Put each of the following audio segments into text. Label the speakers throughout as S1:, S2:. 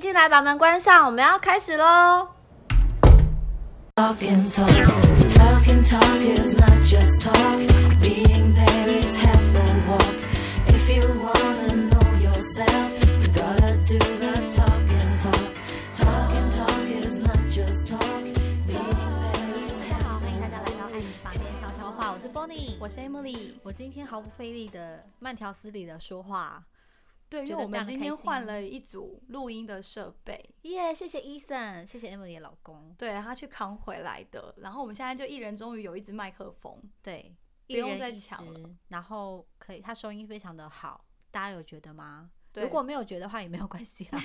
S1: 进来，把门关上，我们要开始喽。
S2: Talking, talk, talking, talk is not just talk. Being there is half the walk. If you wanna know yourself, you gotta do the talking, talk. Talking, talk is not just talk. Being there is
S1: 大
S2: half
S1: 家好，欢迎大家来到《爱你发边悄悄话》，我是 Bonnie，我是 Emily，我今天毫不费力的慢条斯理的说话。
S3: 对，
S1: 觉
S3: 因
S1: 得
S3: 为我
S1: 非
S3: 们
S1: 常
S3: 今
S1: 开
S3: 天
S1: 心
S3: 换了一组录音的设备，
S1: 耶、谢谢 Eason，谢谢 Emily 的老公。
S3: 对他去扛回来的。然后我们现在就一人终于有一支麦克风，
S1: 对，
S3: 不
S1: 一
S3: 用
S1: 人
S3: 再
S1: 一
S3: 抢了
S1: 支然后可以，他收音非常的好，大家有觉得吗？
S3: 对
S1: 如果没有觉得话也没有关系 啦。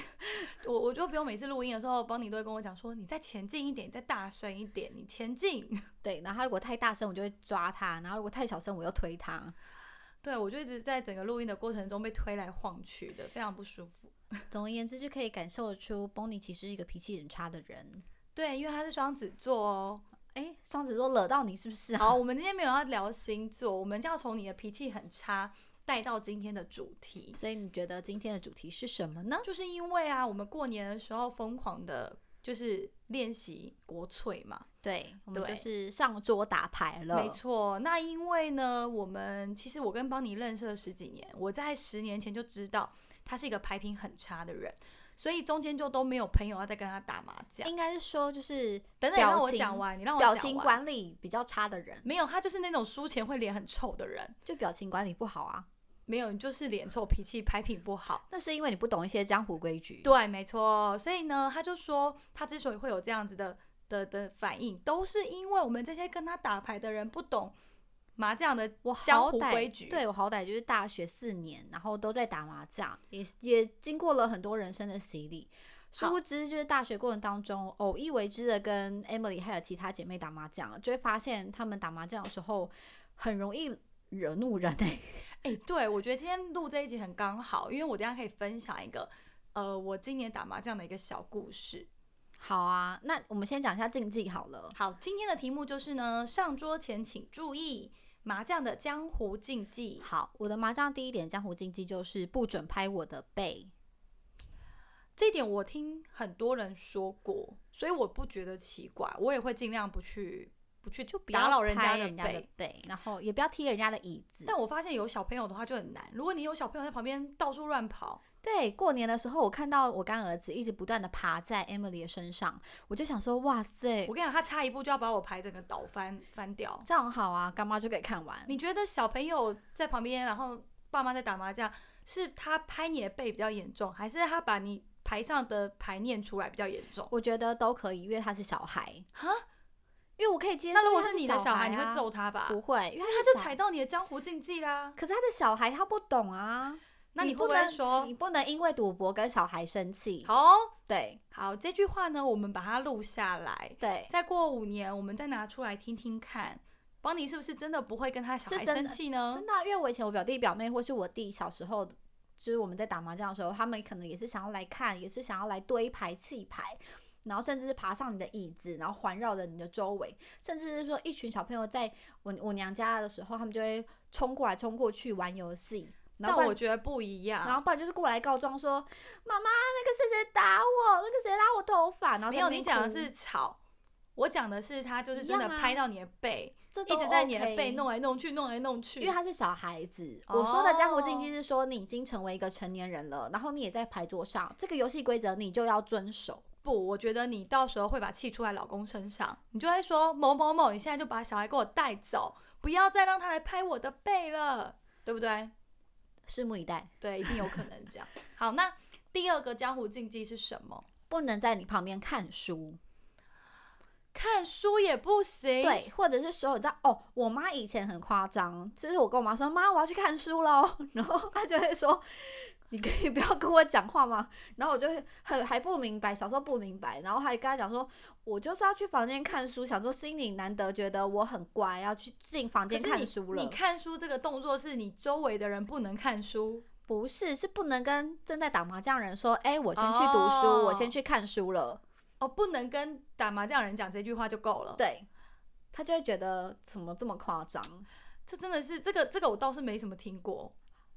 S3: 我我就不用每次录音的时候，邦尼都会跟我讲说，你再前进一点，你再大声一点，你前 进。
S1: 对，然后他如果太大声，我就会抓他；然后如果太小声，我又推他。
S3: 对我就一直在整个录音的过程中被推来晃去的，非常不舒服。
S1: 总而言之，就可以感受出 Bonnie 其实是一个脾气很差的人。
S3: 对，因为他是双子座哦。
S1: 哎，双子座惹到你是不是、啊？
S3: 好，我们今天没有要聊星座，我们就要从你的脾气很差带到今天的主题。
S1: 所以你觉得今天的主题是什么呢？
S3: 就是因为啊，我们过年的时候疯狂的，就是练习国粹嘛。
S1: 对，我们就
S3: 对
S1: 是上桌打牌了。
S3: 没，错，那因为呢，我们其实我跟邦尼认识了十几年，我在十年前就知道他是一个牌品很差的人，所以中间就都没有朋友要再跟他打麻将。
S1: 应该是说就是
S3: 等等，你
S1: 哎表
S3: 让我
S1: 情
S3: 讲完，你让我
S1: 表
S3: 讲
S1: 情
S3: 完。
S1: 管理比较差的人，
S3: 没有，他就是那种输钱会脸很臭的人。
S1: 就表情管理不好啊。
S3: 没有，你就是脸臭，脾气牌品不好。
S1: 那是因为你不懂一些江湖规矩。
S3: 对，没错。所以呢，他就说，他之所以会有这样子的的的反应，都是因为我们这些跟他打牌的人不懂麻将的
S1: 我
S3: 江
S1: 好
S3: 湖
S1: 歹
S3: 规矩。
S1: 对我好歹就是大学四年，然后都在打麻将，也也经过了很多人生的洗礼。殊
S3: 好
S1: 不知，就是大学过程当中，偶一为之的跟 Emily 还有其他姐妹打麻将，就会发现她们打麻将的时候很容易惹怒人哎、
S3: 哎、对，我觉得今天录这一集很刚好，因为我等一下可以分享一个，呃，我今年打麻将的一个小故事。
S1: 好啊，那我们先讲一下竞技好了。
S3: 好，今天的题目就是呢，上桌前请注意麻将的江湖禁忌。
S1: 好，我的麻将第一点江湖禁忌就是不准拍我的背。
S3: 这一点我听很多人说过，所以我不觉得奇怪，我也会尽量不去不去就
S1: 不要
S3: 打扰人
S1: 拍
S3: 家的
S1: 人家的
S3: 背。
S1: 背，然后也不要踢人家的椅子。
S3: 但我发现有小朋友的话就很难，如果你有小朋友在旁边到处乱跑，
S1: 对，过年的时候我看到我干儿子一直不断的爬在 Emily 的身上，我就想说，哇塞
S3: 我，跟你讲，他差一步就要把我牌整个倒翻翻掉。
S1: 这样很好啊，干妈就可以看完。
S3: 你觉得小朋友在旁边，然后爸妈在打麻将，是他拍你的背比较严重，还是他把你牌上的牌念出来比较严重？
S1: 我觉得都可以，因为他是小孩，
S3: 哈，
S1: 因为我可以接受。
S3: 那如果
S1: 因为
S3: 是
S1: 他
S3: 你的
S1: 小
S3: 小孩，
S1: 啊
S3: 你会揍他吧？
S1: 不会，因为
S3: 因为
S1: 他
S3: 他就
S1: 小
S3: 踩。到你的江湖禁忌啦。
S1: 可是他的小孩他不懂啊，
S3: 那
S1: 你
S3: 你会不
S1: 能
S3: 会说
S1: 你不能因为赌博跟小孩生气？
S3: 好哦
S1: 对
S3: 好这句话呢，我们把它录下来，
S1: 对，
S3: 再过五年我们再拿出来听听看，邦尼是不是真的不会跟他小
S1: 是
S3: 孩
S1: 真的
S3: 生气呢
S1: 真？的啊、因为我以前我表弟表妹或是我弟小时候，就是我们在打麻将的时候，他们可能也是想要来看，也是想要来堆牌弃牌，然后甚至是爬上你的椅子，然后环绕着你的周围，甚至是说一群小朋友在我我娘家的时候，他们就会冲过来冲过去玩游戏，然
S3: 但
S1: 后不然
S3: 我觉得啊不一样。
S1: 然后不然就是过来告状说，妈妈那个谁谁打我，那个谁拉我头发，然后在
S3: 没有，
S1: 那边
S3: 你讲的
S1: 哭
S3: 是吵，我讲的是他就是
S1: 一
S3: 真
S1: 样
S3: 的
S1: 啊
S3: 拍到你的背，
S1: 这
S3: 一
S1: 都
S3: 直在你的
S1: OK
S3: 背弄来弄去，弄来弄去。
S1: 因为他是小孩子。我说的江湖禁忌
S3: 哦
S1: 是说你已经成为一个成年人了，然后你也在牌桌上，这个游戏规则你就要遵守。
S3: 不，我觉得你到时候会把气出在老公身上，你就会说某某某，你现在就把小孩给我带走，不要再让他来拍我的背了，对不对？
S1: 拭目以待，
S3: 对，一定有可能这样。好，那第二个江湖禁忌是什么？
S1: 不能在你旁边看书，
S3: 看书也不行。，
S1: 对，或者是所有在哦，我妈以前很夸张，就是我跟我妈说妈我要去看书喽， 然后她就会说。你可以不要跟我讲话吗？然后我就会很还不明白，小时候不明白，然后还跟她讲说，我就是要去房间看书，想说心里难得觉得我很乖，要去进房
S3: 可
S1: 间
S3: 是
S1: 看
S3: 你
S1: 书了。
S3: 你看书这个动作是你周围的人不能看书，
S1: 不是，是不能跟正在打麻将的人说，哎、我先去读书我先
S3: 哦
S1: 去看书了。
S3: 哦，不能跟打麻将的人讲这句话就够了。，
S1: 对，他就会觉得怎么这么夸张？
S3: 这真的是这个这个我倒是没什么听过，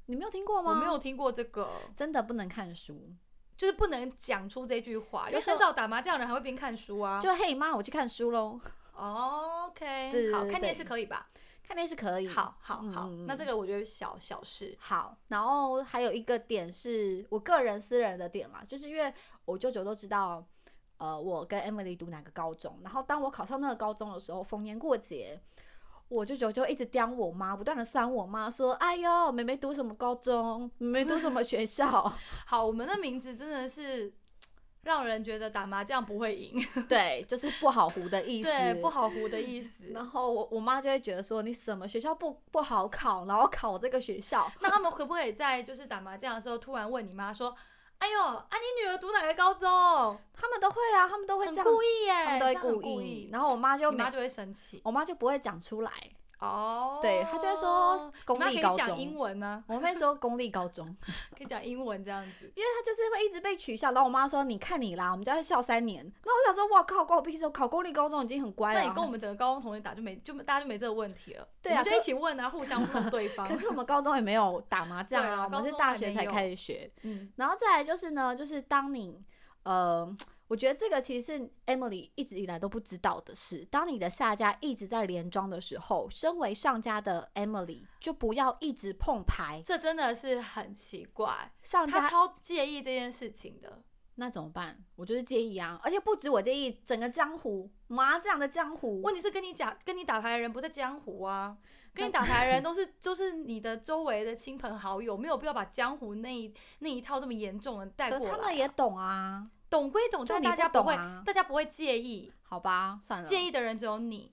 S1: 你没有听过吗？
S3: 我没有，听过这个。
S1: 真的不能看书。
S3: 就是不能讲出这句话，因
S1: 就
S3: 为
S1: 说
S3: 很少打麻将的人还会边看书啊。
S1: 就嘿妈，我去看书喽，
S3: 哦 OK，
S1: 对对
S3: 好
S1: 对
S3: 看电视可以吧？
S1: 看电视可以。
S3: 好好好，
S1: 嗯
S3: 那这个我觉得小小事，
S1: 好，然后还有一个点是我个人私人的点嘛，就是因为我舅舅都知道，呃，我跟 Emily 读哪个高中，然后当我考上那个高中的时候，逢年过节，我舅舅就一直刁我妈，不断的酸我妈说：“哎呦，妹妹读什么高中，妹妹读什么学校
S3: 好，我们的名字真的是让人觉得打麻将不会赢，？”
S1: 对，就是不好糊的意思，
S3: 对，不。好胡的意思。
S1: 然后我我妈就会觉得说你什么学校不不好考，然后考这个学校，
S3: 那他们可不可以在就是打麻将的时候突然问你妈说：“哎呦，啊你女儿读哪个高中？
S1: 他们都会啊，他们都会
S3: 很
S1: 这样，
S3: 故意耶，
S1: 他们都
S3: 这样
S1: 会
S3: 很
S1: 故
S3: 故
S1: 意。然后我妈就
S3: 你
S1: 每
S3: 妈就会生气
S1: 我妈就不会讲出来，
S3: 哦。
S1: 对她就会说公
S3: 你妈
S1: 立
S3: 可以
S1: 高
S3: 讲
S1: 中
S3: 英文呢、
S1: 我妹说公立高中，
S3: 可以讲英文这样子。
S1: 因为她就是会一直被取笑。然后我妈说：“你看你啦，我们家要笑三年。”然后我想说：“哇靠，关我屁事！我考公立高中已经很乖了。”
S3: 那你跟我们整个高中同学打就没就大家就没这个问题了，
S1: 哎对啊
S3: 我们就
S1: 可
S3: 一起问啊，互相问对方
S1: 可。是我们高中也没有打麻将
S3: 对
S1: 啊，
S3: 啊
S1: 我们
S3: 高
S1: 是
S3: 中
S1: 大
S3: 还
S1: 学
S3: 没
S1: 才
S3: 有
S1: 开始学。
S3: 嗯，
S1: 然后再来就是呢，就是当你呃，我觉得这个其实是 Emily 一直以来都不知道的事。当你的下家一直在连庄的时候，身为上家的 Emily 就不要一直碰牌。
S3: 这真的是很奇怪，
S1: 上
S3: 他
S1: 家
S3: 超介意这件事情的。
S1: 那怎么办？我就是介意啊，而且不止我介意，整个江湖麻将的江湖，
S3: 问题是跟你讲，跟你打牌的人不在江湖啊，跟你打牌的人都是 就是你的周围的亲朋好友，没有必要把江湖那一那一套这么严重的带
S1: 可
S3: 过来啊、
S1: 他们也懂啊，
S3: 懂归懂，
S1: 就
S3: 但
S1: 你
S3: 大家
S1: 不懂
S3: 会，
S1: 啊嗯
S3: 大家不会介意，
S1: 好吧，算了，
S3: 介意的人只有你。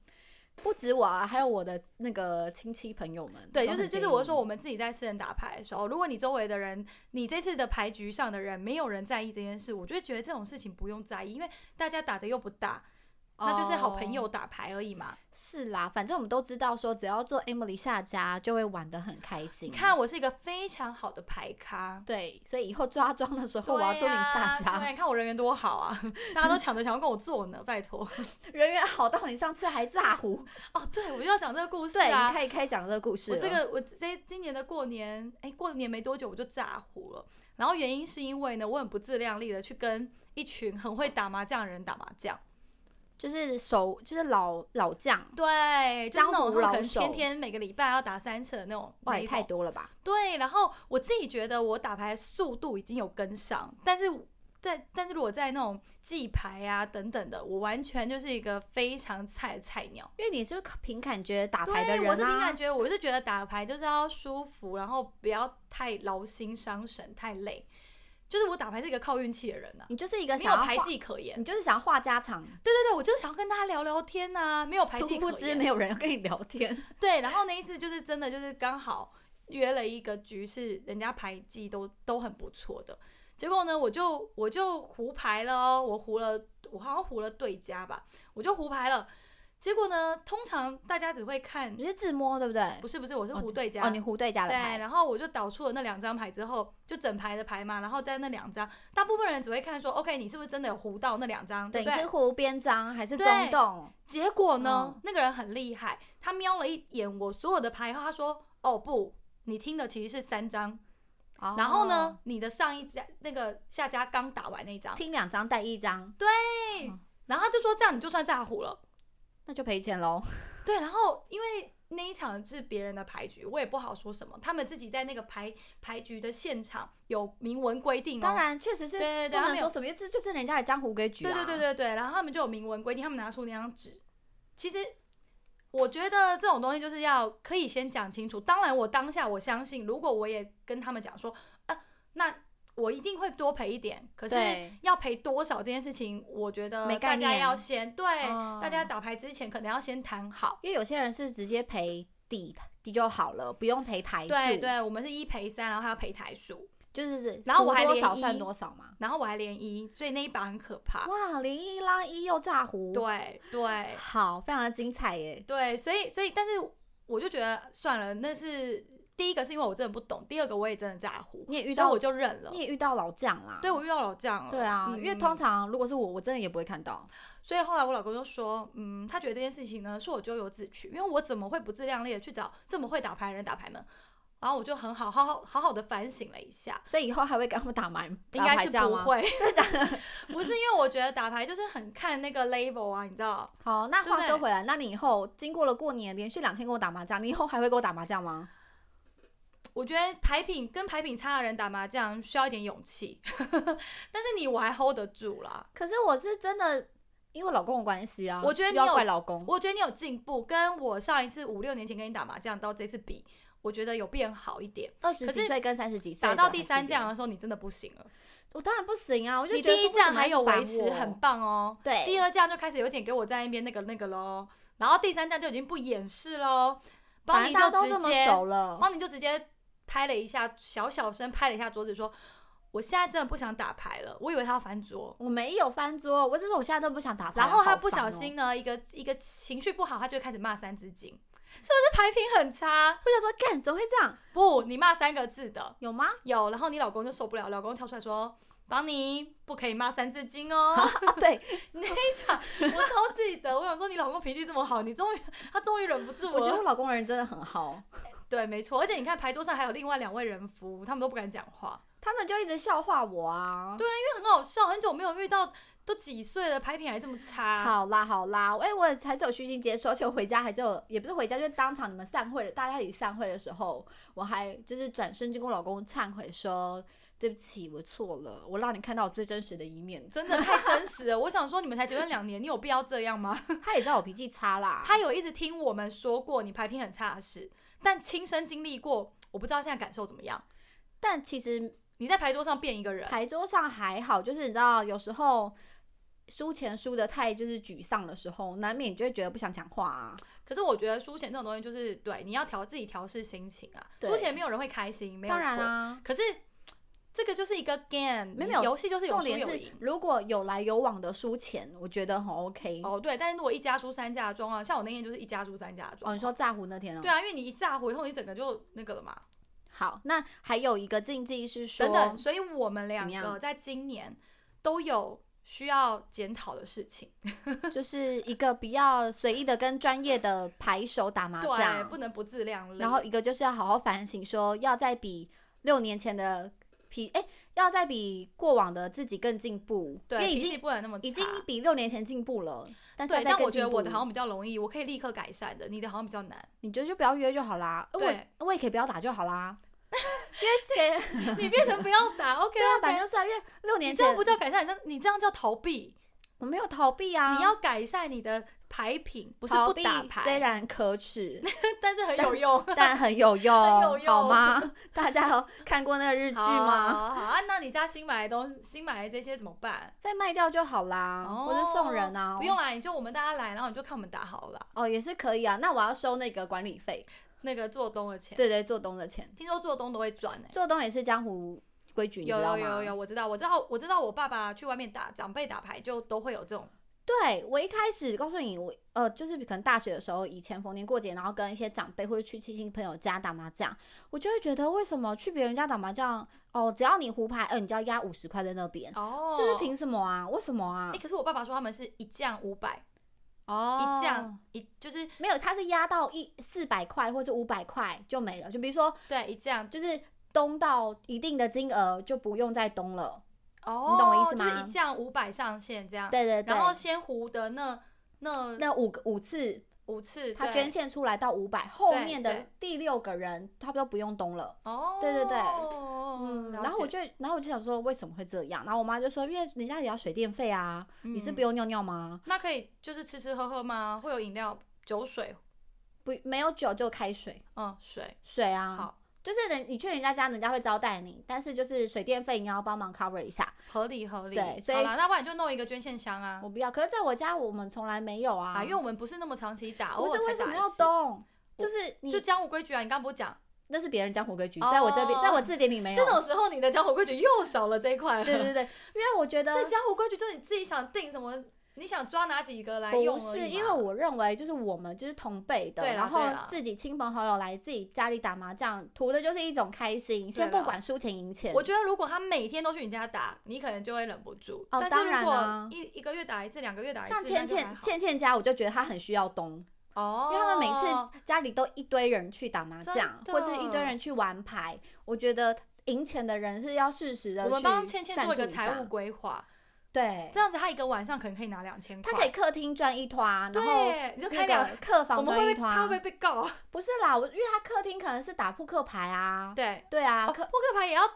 S1: 不止我啊，还有我的那个亲戚朋友们，
S3: 对，
S1: 都
S3: 就
S1: 很
S3: 是就
S1: 介
S3: 是我
S1: 意
S3: 说，我们自己在私人打牌的时候，如果你周围的人，你这次的牌局上的人没有人在意这件事，我就会觉得这种事情不用在意，因为大家打的又不大，那就是好朋友
S1: 哦
S3: 打牌而已嘛。
S1: 是啦，反正我们都知道说，只要做 Emily 下家，就会玩的很开心。
S3: 你看，我是一个非常好的牌咖。
S1: 对，所以以后抓妆的时候，我要做你下
S3: 对啊
S1: 家，
S3: 对你看我人缘多好啊，大家都抢着想要跟我做呢，拜托。
S1: 人缘好到你上次还炸 胡。
S3: 哦，对，我就要讲这个故事
S1: 对，你
S3: 啊。
S1: 可以开讲这个故事
S3: 我
S1: 了。
S3: 这个我在今年的过年，哎，过年没多久我就炸胡了。然后原因是因为呢，我很不自量力的去跟一群很会打麻将的人打麻将，
S1: 就是手，就是老老将，
S3: 对，就是
S1: 江
S3: 那种
S1: 湖
S3: 他们可
S1: 老
S3: 能天
S1: 手
S3: 天每个礼拜要打三次的那种，
S1: 哇，
S3: 那
S1: 也
S3: 一
S1: 太
S3: 种
S1: 多了吧？
S3: 对，然后我自己觉得我打牌速度已经有跟上，但是在但是如果在那种记牌啊等等的，我完全就是一个非常菜的菜鸟。
S1: 因为你是凭感觉打牌的
S3: 对，
S1: 人啊，
S3: 我是凭感觉，我是觉得打牌就是要舒服，然后不要太劳心伤神、太累。就是我打牌是一个靠运气的人呐、啊
S1: 你就是一个
S3: 没有
S1: 想要
S3: 牌
S1: 画，
S3: 技可言。
S1: 你就是想要画家常，
S3: 对对对，我就是想要跟大家聊聊天呐、没有牌技
S1: 殊不
S3: 可言。
S1: 知没有人要跟你聊 天。
S3: 对，然后那一次就是真的就是刚好约了一个局，是人家牌技都都很不错的。结果呢，我就我就胡牌了哦，我胡了，我好像胡了对家吧，我就胡牌了。结果呢，通常大家只会看
S1: 你，是自摸对不对？
S3: 不是不是，我是
S1: 哦
S3: 胡对家。
S1: 哦，你胡对家的
S3: 对，
S1: 牌，
S3: 然后我就导出了那两张牌之后，就整排的牌嘛，然后在那两张，大部分人只会看说，OK，你是不是真的有胡到那两张，对
S1: 对，
S3: 不
S1: 你
S3: 对
S1: 是？胡边张还是
S3: 对
S1: 中洞？
S3: 结果呢，
S1: 嗯
S3: 那个人很厉害，他瞄了一眼我所有的牌后，他说：“哦不，你听的其实是三张，
S1: 哦
S3: 然后呢，你的上一家那个下家刚打完那一张
S1: 哦？”，听两张带一张，
S3: 然后他就说：“这样你就算诈唬了。
S1: 那就赔钱喽。”
S3: 对，然后因为那一场是别人的牌局，我也不好说什么，他们自己在那个牌牌局的现场有明文规定哦。
S1: 当然，确实是
S3: 对对对
S1: 不
S3: 他
S1: 能
S3: 没有
S1: 说什么，因为这就是人家的江湖规矩啊。
S3: 对对对对对，然后他们就有明文规定，他们拿出那张纸。其实我觉得这种东西就是要可以先讲清楚。当然，我当下我相信，如果我也跟他们讲说，啊，那我一定会多赔一点，可是
S1: 对
S3: 要赔多少这件事情，我觉得
S1: 没概
S3: 大家
S1: 念
S3: 要先对、
S1: 嗯
S3: 大家打牌之前可能要先谈好。
S1: 因为有些人是直接赔底底就好了，不用赔台数。
S3: 对，对，我们是一赔三，然后还要赔台数，
S1: 就是
S3: 然后我还
S1: 胡多
S3: 连
S1: 少
S3: 一啊
S1: 算多少嘛。
S3: 然后我还连一，所以那一把很可怕。
S1: 哇，零一拉一又炸胡，，
S3: 对对，
S1: 好，非常的精彩耶。
S3: 对，所以所以，但是我就觉得算了，那是第一个是因为我真的不懂，第二个我也真的在乎，
S1: 你也遇
S3: 所以
S1: 到
S3: 我就认了
S1: 你。也遇到老将啦，
S3: 对，我遇到老将了。
S1: 对啊，
S3: 嗯
S1: 因为通，常如果是我，我真的也不会看到。
S3: 所以后来我老公就说，嗯，他觉得这件事情呢是我咎由自取，因为我怎么会不自量力的去找这么会打牌的人打牌呢？然后我就很好好好好好的反省了一下，
S1: 所以以后还会跟他们 打麻
S3: 应
S1: 打
S3: 该
S1: 牌
S3: 是
S1: 架
S3: 不
S1: 吗？
S3: 会，
S1: 真的假的？
S3: 不是因为我觉得打牌就是很看那个 label 啊，你知道，
S1: 好，那
S3: 对不
S1: 话说
S3: 对
S1: 回来，那你以后经过了过年，连续两天跟我打麻将，你以后还会跟我打麻将吗？
S3: 我觉得牌品跟牌品差的人打麻将需要一点勇气， 但是你我还 hold 得住啦。
S1: 可是我是真的因为老公的关系啊，
S3: 我觉得
S1: 又
S3: 你
S1: 要
S3: 有
S1: 怪老公。
S3: 我觉得你有进步，跟我上一次五六年前跟你打麻将到这次比，我觉得有变好一点。
S1: 二十
S3: 可
S1: 几
S3: 是
S1: 岁跟三十几岁
S3: 打
S1: 的
S3: 到
S1: 还
S3: 第
S1: 是
S3: 三
S1: 一
S3: 将
S1: 样，
S3: 的时候，你真的不行了。
S1: 我当然不行啊！我就
S3: 你
S1: 觉得
S3: 第
S1: 说为
S3: 一
S1: 什
S3: 将
S1: 么
S3: 还
S1: 要
S3: 有
S1: 一直烦
S3: 维持
S1: 我
S3: 很棒哦，
S1: 对，
S3: 第二将就开始有点给我在那边那个那个喽，然后第三将就已经不掩饰喽，帮
S1: 反
S3: 你
S1: 正大家
S3: 就
S1: 都
S3: 直
S1: 这么
S3: 接
S1: 熟了，
S3: 邦尼就直接拍了一下，小小声拍了一下桌子，说：“我现在真的不想打牌了。”我以为他要翻桌，
S1: 我没有翻桌，我只是我现在都不想打牌。
S3: 然后他
S1: 好
S3: 不
S1: 烦
S3: 小
S1: 哦
S3: 心呢，一个一个情绪不好，他就会开始骂三字经，是不是牌品很差？
S1: 我想说，干怎么会这样？
S3: 不，你骂三个字的
S1: 有 吗？
S3: 有，然后你老公就受不了，老公跳出来说。邦尼不可以骂三字经哦！
S1: 啊，对，
S3: 那一场我超记得，我想说你老公脾气这么好，你终于他终于忍不住了。
S1: 我觉得我老公人真的很好，
S3: 对，没错，而且你看牌桌上还有另外两位人夫，他们都不敢讲话。
S1: 他们就一直笑话我啊。
S3: 对很好笑，很久没有遇到，都几岁了，牌品还这么差。，
S1: 好啦好啦，哎、我还是有虚心接受，而且我回家还是有，也不是回家，就是当场你们散会了，大家一起散会的时候，我还就是转身就跟我老公忏悔说，对不起，我错了，我让你看到我最真实的一 面。
S3: 真的太真实了。我想说，你们才结婚两年，你有必要这样吗？
S1: 他也知道我脾气差啦，
S3: 他有一直听我们说过你牌品很差的事，但亲身经历过，我不知道现在感受怎么样。
S1: 但其实
S3: 你在牌桌上变一个人，
S1: 牌桌上还好，就是你知道有时候。输钱输的太就是沮丧的时候，难免你就会觉得不想讲话啊。
S3: 可是我觉得输钱这种东西就是对，你要调自己调试心情啊。
S1: 对
S3: 输钱没有人会开心，没有
S1: 当然
S3: 错。
S1: 啊，
S3: 可是这个就是一个 game，啊
S1: 没有没有
S3: 游戏就是有
S1: 重
S3: 输
S1: 点
S3: 有
S1: 是
S3: 赢，。
S1: 如果有来有往的输钱，我觉得很 OK。哦，
S3: 哦，对，但是如果一家输三家的状况，像我那天就是一家输三家的状况。
S1: 你说炸胡那天哦？
S3: 对啊，因为你一炸火以后，你整个就那个了嘛。
S1: 好，那还有一个禁忌是说，
S3: 等等，所以我们两
S1: 怎么
S3: 个
S1: 样
S3: 在今年都有需要检讨的事情，
S1: 就是一个不要随意的跟专业的牌手打麻
S3: 对，
S1: 将
S3: 不，能不自量力。
S1: 然后一个就是要好好反省，说要再比六年前的脾，哎、要再比过往的自己更进步，因
S3: 对
S1: 为已
S3: 脾气
S1: 经
S3: 不能那么差。
S1: 已经比六年前进步了，但是要
S3: 对，
S1: 再
S3: 但我
S1: 更
S3: 觉
S1: 进
S3: 得
S1: 步
S3: 我的好，像比较容易，我可以立刻改善的，你的好像比较难。
S1: 你觉得就不要约就好啦，呃
S3: 对
S1: 我我也可以不要打就好 啦， 约钱
S3: 你变成不要打，OK
S1: 对啊，
S3: OK
S1: 反正就是啊，因为六
S3: 你
S1: 年
S3: 这
S1: 前
S3: 样不叫改善，你这样你这样叫逃避。
S1: 我没有逃避啊，
S3: 你要改善你的牌品，不
S1: 不
S3: 是不打
S1: 虽
S3: 牌，
S1: 然可耻，
S3: 但是很有用。
S1: 但很 有用，
S3: 有用
S1: 好 吗？大家有看过那个日剧
S3: 好好
S1: 吗？
S3: 好好啊，那你家新买的东新买的这些怎么办？
S1: 再卖掉就好啦，
S3: 哦
S1: 或者送人啊，
S3: 不用啦，你就我们大家来，然后你就看我们打好了啦。
S1: 哦，也是可以啊。那我要收那个管理费，
S3: 那个做东的钱，
S1: 对对，做东的钱，
S3: 听说做东都会赚哎、
S1: 做东也是江湖规矩，你知
S3: 有
S1: 道
S3: 有
S1: 吗？
S3: 有有，我知道，我知道，我知道，我爸爸去外面打长辈打牌就都会有这种，
S1: 对我一开始告诉你，我呃，就是可能大学的时候，以前逢年过节，然后跟一些长辈或者去亲戚朋友家打麻将，我就会觉得为什么去别人家打麻将，哦，只要你胡牌，呃，你就要压五十块在那边，
S3: 哦
S1: 就是凭什么啊？为什么啊
S3: 哎、？可是我爸爸说他们是一将五百，
S1: 哦
S3: 一将一就是
S1: 没有，它是压到一四百块或是五百块就没了。就比如说，
S3: 对一将
S1: 就是东到一定的金额就不用再东了。
S3: 哦，
S1: 懂我意思
S3: 就是
S1: 吗
S3: 一将五百上限这样，
S1: 对对对。
S3: 啊然后先胡的那那
S1: 那五个五次，
S3: 五次，
S1: 他
S3: 对
S1: 捐献出来到五百，后
S3: 对
S1: 面的
S3: 对
S1: 第六个人他都不用东了。
S3: 哦，
S1: 对对对
S3: 嗯，了
S1: 然后我
S3: 解
S1: 就，然后我就想说，为什么会这样？然后我妈就说，因为人家也要水电费啊，你是不
S3: 嗯
S1: 用尿尿吗？
S3: 那可以就是吃吃喝喝吗？会有饮料、酒水，
S1: 不，没有酒就开水，
S3: 嗯，水，
S1: 水啊。
S3: 好，
S1: 就是人，你去人家家，人家会招待你，但是就是水电费你要帮忙 cover 一下。
S3: 合理合理，
S1: 对所以
S3: 好啦，那不然就弄一个捐献箱啊
S1: 我。不要，可是在我家我们从来没有啊，
S3: 啊，因为我们不是那么长期打，
S1: 不
S3: 偶尔
S1: 是
S3: 才
S1: 为什
S3: 打
S1: 么
S3: 一
S1: 要
S3: 次
S1: 动？就是你
S3: 就江湖规矩啊，你刚刚不是讲
S1: 那是别人江湖规矩，
S3: 哦
S1: 在我这边，在我字典里没有。
S3: 这种时候你的江哦湖规矩又少了这一块了。
S1: 对对对，因为我觉得
S3: 所以江湖规矩就是你自己想定什么，你想抓哪几个来用
S1: 不
S3: 而已嘛
S1: 是，因为我认为就是我们就是同辈的，
S3: 对啦
S1: 然后
S3: 对啦
S1: 自己亲朋好友来自己家里打麻将，图的就是一种开心，先不
S3: 啦
S1: 管输钱赢钱
S3: 我。觉得如果他每天都去你家打，你可能就会忍不住。
S1: 哦
S3: 但
S1: 当
S3: 是
S1: 然
S3: 如果
S1: 啊
S3: 一一个月打一次，两个月打一次，
S1: 像倩
S3: 那就还
S1: 倩
S3: 好
S1: 倩倩家，我就觉得她很需要东，
S3: 哦，
S1: 因为他们每次家里都一堆人去打麻将，
S3: 真的
S1: 或者一堆人去玩牌，我觉得赢钱的人是要适时的
S3: 我
S1: 去
S3: 们帮倩倩
S1: 赞
S3: 做一
S1: 助
S3: 个
S1: 一
S3: 财务
S1: 下。
S3: 规划，
S1: 对
S3: 这，样子她一个晚上可能可以拿两千块，
S1: 他可以客厅赚一团，然后
S3: 对，你就开
S1: 那
S3: 两
S1: 个客
S3: 我
S1: 房
S3: 们
S1: 赚
S3: 会
S1: 一
S3: 被他会不会
S1: 团。
S3: 被告？啊
S1: 不是啦，我因为他客厅可能是打扑克牌啊。
S3: 对，
S1: 对啊，
S3: 哦，
S1: 客
S3: 扑克牌也要动，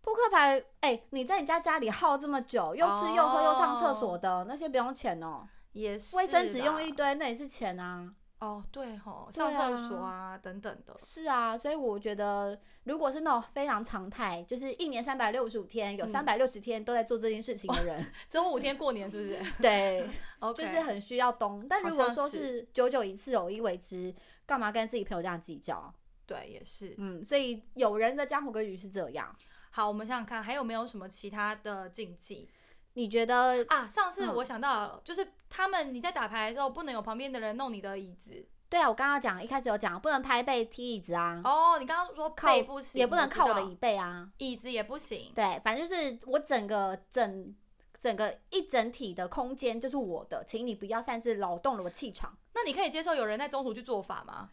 S1: 扑克牌，哎、你在你家家里耗这么久，又吃又喝又上厕所的、那些不用钱哦、
S3: 也哦是
S1: 卫生纸用
S3: 啦
S1: 一堆，那也是钱啊。
S3: 哦，对吼，
S1: 对
S3: 上厕
S1: 啊
S3: 所啊等等的，
S1: 是啊，所以我觉得，如果是那种非常常态，就是一年三百六十五天，有
S3: 嗯
S1: 三百六十天都在做这件事情的人，
S3: 之后五天过年是不是
S1: 对，
S3: ？OK，
S1: 就是很需要懂。但
S3: 好
S1: 如果
S3: 像
S1: 说
S3: 是
S1: 是久久一次，偶一为之，干嘛跟自己朋友这样计较？
S3: 对，也是。
S1: 嗯，所以有人的江湖规矩是这样。
S3: 好，我们想想看，还有没有什么其他的禁忌
S1: 你觉得
S3: 啊？上次
S1: 嗯
S3: 我想到了，就是他们你在打牌的时候，不能有旁边的人弄你的椅子。
S1: 对啊？我刚刚讲一开始有讲，不能拍背踢椅子啊，
S3: 哦，你刚刚说
S1: 靠
S3: 背不行，
S1: 也不能
S3: 知
S1: 靠我的
S3: 道
S1: 椅背啊。
S3: 椅子也不行。
S1: 对，反正就是我整个整整个一整体的空间就是我的，请你不要擅自扰动了我气场。
S3: 那你可以接受有人在中途去做法吗？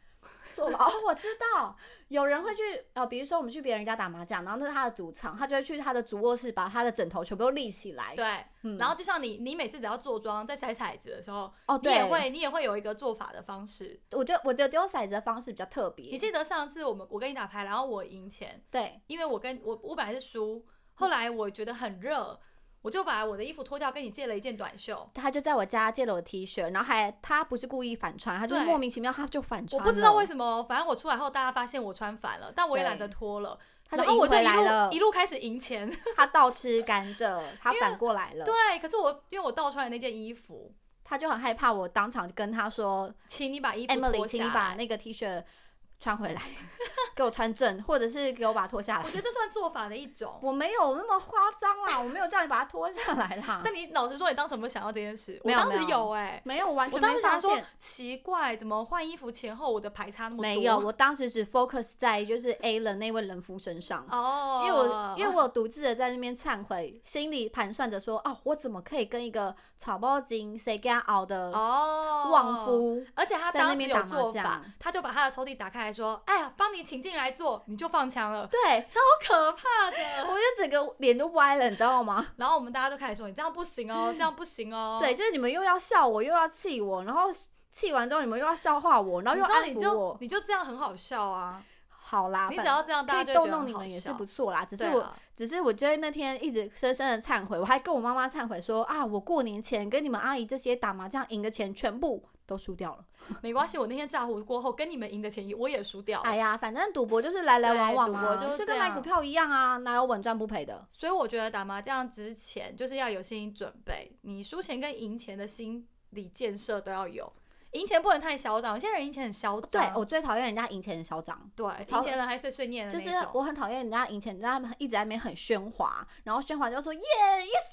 S1: 做哦，我知道，有人会去呃，比如说我们去别人家打麻将，然后那是他的主场，他就会去他的主卧室把他的枕头全部都立起来。，
S3: 对，
S1: 嗯
S3: 然后就像你，你每次只要坐庄在甩骰子的时候，
S1: 哦，
S3: 你
S1: 对，
S3: 也会，你也会有一个做法的方式。
S1: 我就我的丢骰子的方式比较特
S3: 你
S1: 别。
S3: 记得上次我们我跟你打牌，然后我赢钱，
S1: 对，
S3: 因为我跟我我本来是输，后来我觉得很热，我就把我的衣服脱掉，跟你借了一件短袖。
S1: 他就在我家借了我 T 恤，然后还他不是故意反穿，他就是
S3: 对
S1: 莫名其妙他就反
S3: 我
S1: 穿了，
S3: 不知道为什么，反正我出来后，大家发现我穿反了，但我也懒得
S1: 对
S3: 脱了。
S1: 他
S3: 然
S1: 就
S3: 后我
S1: 赢
S3: 就
S1: 回
S3: 一
S1: 来了
S3: 路一，路开始赢钱，
S1: 他倒吃甘蔗，他
S3: 因为
S1: 反过来了。
S3: 对。可是我因为我倒穿的那件衣服，
S1: 他就很害怕，我当场跟他说
S3: 请你把衣服
S1: ：“Emily，
S3: 脱
S1: 请
S3: 下
S1: 你把
S3: 来。
S1: 那个 T 恤穿回来， 给我穿正，或者是给我把它脱下
S3: 我
S1: 来
S3: 觉。得这算做法的一”种。
S1: 我没有那么夸张啦，我 没有叫你把它脱下来啦，
S3: 但你老实说，你当时有没有想到这件事？我
S1: 没有
S3: 当
S1: 没
S3: 时
S1: 有
S3: 有哎、
S1: 没有完
S3: 我
S1: 全
S3: 当
S1: 没
S3: 时
S1: 发
S3: 想说
S1: 现。
S3: 奇怪，怎么换衣服前后我的牌差那么多？
S1: 没有，我当时只 focus 在就是 A 了那位人夫身上，
S3: 哦，
S1: 因为我因为我独自的在那边忏悔，心里盘算着说，哦，我怎么可以跟一个草包精谁给他熬的
S3: 哦
S1: 旺。夫
S3: 而且他
S1: 在那
S3: 当时
S1: 边
S3: 有
S1: 打麻
S3: 做法
S1: 将，
S3: 他就把他的抽屉打开来说：“哎呀，帮你请进来坐，你就放枪了，
S1: 对
S3: 超可怕的。
S1: 我就整个脸都歪了，你知道吗？”
S3: 然后我们大家就开始说：“你这样不行哦，这样不行哦。”
S1: 对，，就是你们又要笑我，又要气我，然后气完之后你们又要笑话我，然后
S3: 你
S1: 又
S3: 知道
S1: 安
S3: 你
S1: 抚
S3: 就
S1: 我。
S3: 你就这样很好笑啊！
S1: 好啦，
S3: 你只
S1: 反
S3: 要这样，大
S1: 可
S3: 家
S1: 以
S3: 就
S1: 逗
S3: 会觉得
S1: 弄
S3: 很
S1: 你
S3: 好
S1: 们也是
S3: 笑
S1: 不错啦。只是
S3: 对
S1: 我，
S3: 啊
S1: 只是我觉得那天一直深深的忏悔，我还跟我妈妈忏悔说啊，我过年前跟你们阿姨这些打麻将赢的钱全部都输掉了。
S3: 没关系，我那天炸胡过后跟你们赢的钱我也输掉了
S1: 哎呀，反正赌博就是来来往
S3: 对
S1: 往
S3: 赌
S1: 嘛、
S3: 博就
S1: 就
S3: 是这
S1: 跟买
S3: 样
S1: 股票一样啊，哪有稳赚不赔的？
S3: 所以我觉得打麻将之前就是要有心理准备，你输钱跟赢钱的心理建设都要有。赢钱不能太嚣张，有些人赢钱很嚣
S1: 哦对
S3: 张，
S1: 我最讨厌人家赢钱的嚣张。
S3: 对
S1: 超
S3: 赢钱人还碎碎念的
S1: 就是
S3: 那种。
S1: 我很讨厌人家以前人家一直在那边很喧哗，然后喧哗就说耶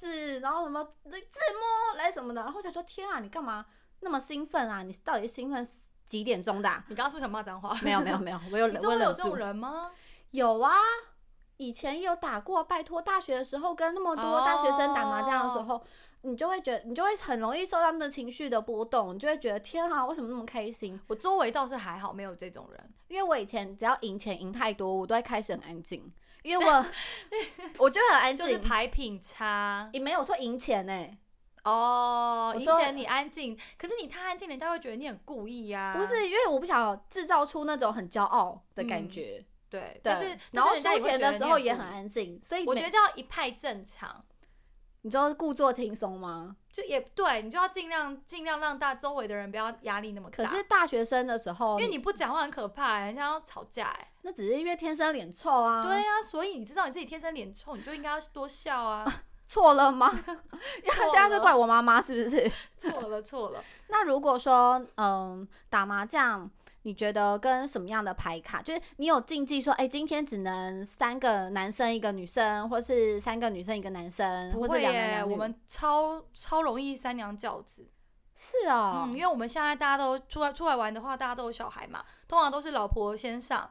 S1: yes，然后什么自摸来什么的，然后我想说天啊，你干嘛那么兴奋啊？你到底兴奋几点钟的啊、
S3: 你刚刚是不是想骂脏话？
S1: 没有没有没有，我有
S3: 你
S1: 忍
S3: 周
S1: 我
S3: 围有
S1: 忍
S3: 这种
S1: 住。
S3: 人吗？
S1: 有啊，以前有打过，拜托大学的时候跟那么多大学生打麻将
S3: 哦
S1: 的时候。你就会觉得，你就会很容易受到他们的情绪的波动，你就会觉得天啊，为什么那么开心？
S3: 我周围倒是还好，没有这种人。
S1: 因为我以前只要赢钱赢太多，我都会开始很安静，因为 我我就会很安静，
S3: 就是牌品差
S1: 也没有说赢钱呢、欸
S3: 哦，
S1: 我
S3: 赢
S1: 说
S3: 钱你安静，可是你太安静，人家会觉得你很故意呀、
S1: 不是因为我不想制造出那种很骄傲的感觉，
S3: 对，
S1: 对
S3: 嗯但是
S1: 然后
S3: 但是
S1: 输钱
S3: 人家也会觉得
S1: 的
S3: 你
S1: 时候也
S3: 故
S1: 很
S3: 意
S1: 安静，欸所以
S3: 我
S1: 每
S3: 觉得这要一派正常。
S1: 你知道故作轻松吗？
S3: 就也对你就要尽量尽量让大周围的人不要压力那么大，
S1: 可是大学生的时候，
S3: 啊因为你不讲话很可怕、欸人家要吵架哎、
S1: 那只是因为天生脸臭啊，
S3: 对，啊，所以你知道你自己天生脸臭，你就应该要多 笑啊。
S1: 错了 吗？他现在是怪我妈妈是不是？
S3: 错了错了，
S1: 那如果说嗯打麻将。你觉得跟什么样的牌卡？就是你有禁忌说，哎、今天只能三个男生一个女生，或是三个女生一个男生，
S3: 不
S1: 或是
S3: 会
S1: 两
S3: 耶、
S1: 男两女。
S3: 我们超超容易三娘教子。
S1: 是哦，
S3: 嗯，因为我们现在大家都出来出来玩的话，大家都有小孩嘛，通常都是老婆先上，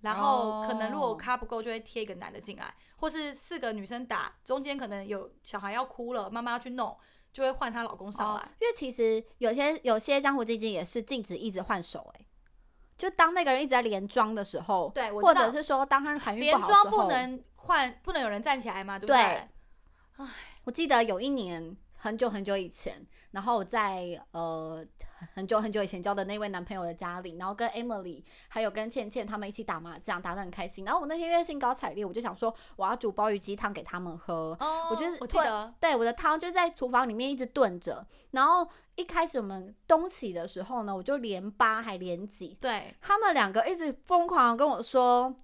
S3: 然后可能如果
S1: 哦
S3: 咖不够，就会贴一个男的进来，或是四个女生打，中间可能有小孩要哭了，妈妈要去弄，就会换她老公上来。
S1: 因为其实有些有些江湖经济也是禁止一直换手、哎，就当那个人一直在连装的时候，
S3: 对，我
S1: 或
S3: 知道
S1: 者是说当他含孕
S3: 连
S1: 不好的时
S3: 装
S1: 候，
S3: 不能换，不能有人站起来嘛，对不
S1: 对我记得有一年很久很久以前，然后我在呃很久很久以前交的那位男朋友的家里，然后跟 Emily 还有跟倩倩他们一起打麻将，打得很开心。然后我那天因为兴高采烈，我就想说我要煮鲍鱼鸡汤给他们喝。
S3: 哦，
S1: 我就是
S3: 我记得，
S1: 对，我的汤就在厨房里面一直炖着。然后一开始我们东起的时候呢，我就连八还连几，
S3: 对，
S1: 他们两个一直疯狂地跟我说：“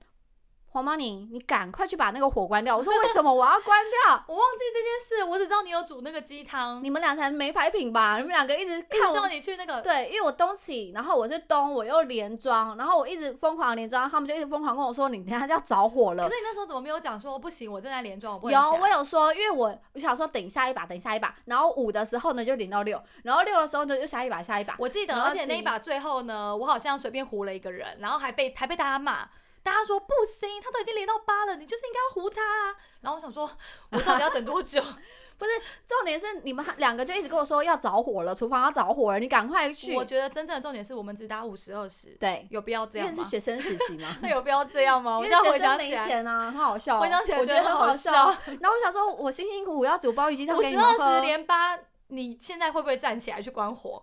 S1: 黄妈你你赶快去把那个火关掉。”我说：“为什么我要关掉？”
S3: 我忘记这件事，我只知道你有煮那个鸡汤，
S1: 你们俩才没牌品吧？你们两个一直
S3: 一直
S1: 看
S3: 叫
S1: 我。
S3: 你去那个，
S1: 对，因为我东起，然后我是东，我又连装，然后我一直疯狂连装，他们就一直疯狂跟我说你等一下就要着火
S3: 可
S1: 了
S3: 是。你那时候怎么没有讲说不行，我正在连装，我不
S1: 有
S3: 能起来
S1: 我有说，因为我我想说等下一把，等下一把，然后五的时候呢就零到六，然后六的时候呢就下一把下一把。
S3: 我记得，
S1: 然后
S3: 而且那一把最后呢，我好像随便胡了一个人，然后还被还被大家骂。大家说不行，他都已经连到八了，你就是应该要胡他啊。然后我想说，我到底要等 多久？
S1: 重点是你们两个就一直跟我说要着火了，厨房要着火了，你赶快去
S3: 我。觉得真正的重点是我们只打五十二十，
S1: 对，
S3: 有必要这
S1: 因为
S3: 样
S1: 是
S3: 吗？
S1: 学生时期嘛，
S3: 那有必要这样
S1: 因
S3: 吗？我
S1: 为
S3: 现在
S1: 学
S3: 回
S1: 生
S3: 想
S1: 没
S3: 起来，
S1: 钱啊，很好笑哦。
S3: 回想起来
S1: 我
S3: 觉
S1: 觉
S3: 得
S1: 得很
S3: 好
S1: 笑。然后我想说，我辛辛苦苦要煮鲍鱼鸡汤
S3: 五
S1: 给你
S3: 十
S1: 们
S3: 二
S1: 喝
S3: 十，连八，你现在会不会站起来去关火？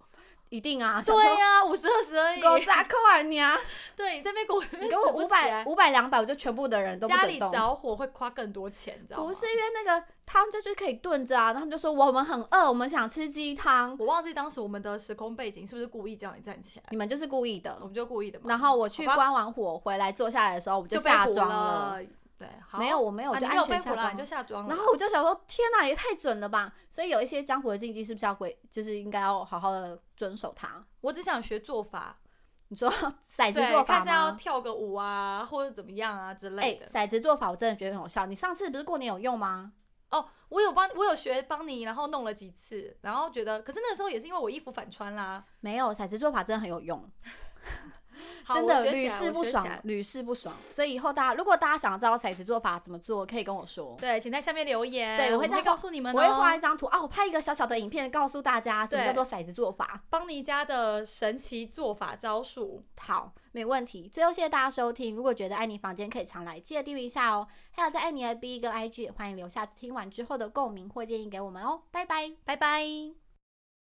S1: 一定啊，想说
S3: 对呀、五十二十而已。
S1: 狗砸扣啊你啊！
S3: 对，你这边给我
S1: 你 给我五百，五百两百，我就全部的人都不
S3: 家
S1: 准
S3: 里
S1: 动。
S3: 着火会花更多钱，你知道吗？
S1: 不是因为那个汤就是可以炖着啊，然后他们就说我们很饿，我们想吃鸡汤，
S3: 我忘记当时我们的时空背景是不是故意叫你站起来，
S1: 你们就是故意
S3: 我
S1: 的。
S3: 们就故意的嘛。
S1: 然后我去
S3: 好吧
S1: 关完火回来坐下来的时候，我
S3: 就被
S1: 下
S3: 唬
S1: 妆
S3: 了，。对，好
S1: 没有，我没有，
S3: 啊
S1: 我
S3: 你
S1: 就
S3: 没
S1: 安
S3: 有被
S1: 全下
S3: 唬了，
S1: 妆
S3: 你就。下妆了。
S1: 然后我就想说，天哪，也太准了吧！所以有一些江湖的禁忌是不是要规，就是应该要好好的遵守它？
S3: 我只想学做法，
S1: 你说骰子
S3: 对，
S1: 做
S3: 看
S1: 法
S3: 是要
S1: 吗？
S3: 跳个舞啊，或者怎么样啊之类
S1: 哎，
S3: 的。
S1: 骰子做法我真的觉得很有效。你上次不是过年有用吗？
S3: 哦，我有帮，我有学帮你，然后弄了几次，然后觉得，可是那个时候也是因为我衣服反穿啦。
S1: 没有，骰子做法真的很有用。
S3: 好，
S1: 真
S3: 我
S1: 的
S3: 学起
S1: 屡
S3: 来
S1: 试
S3: 我
S1: 不
S3: 学起
S1: 爽
S3: 来，
S1: 屡试不爽。所以以后大家，如果大家想要知道骰子做法怎么做，可以跟我说，
S3: 对，请在下面留言，
S1: 对
S3: 我
S1: 我会
S3: 们会
S1: 再
S3: 告诉你
S1: 我
S3: 们
S1: 会画
S3: 哦。
S1: 一张图啊，我拍一个小小的影片告诉大家什么
S3: 对
S1: 叫做骰子做法。
S3: 邦尼家的神奇做法招数，
S1: 好，没问题。最后谢谢大家收听，如果觉得爱你房间可以常来，记得订阅一下哦。还有在爱你 FB 跟 IG，也欢迎留下听完之后的共鸣或建议给我们哦。拜拜。
S3: 拜拜。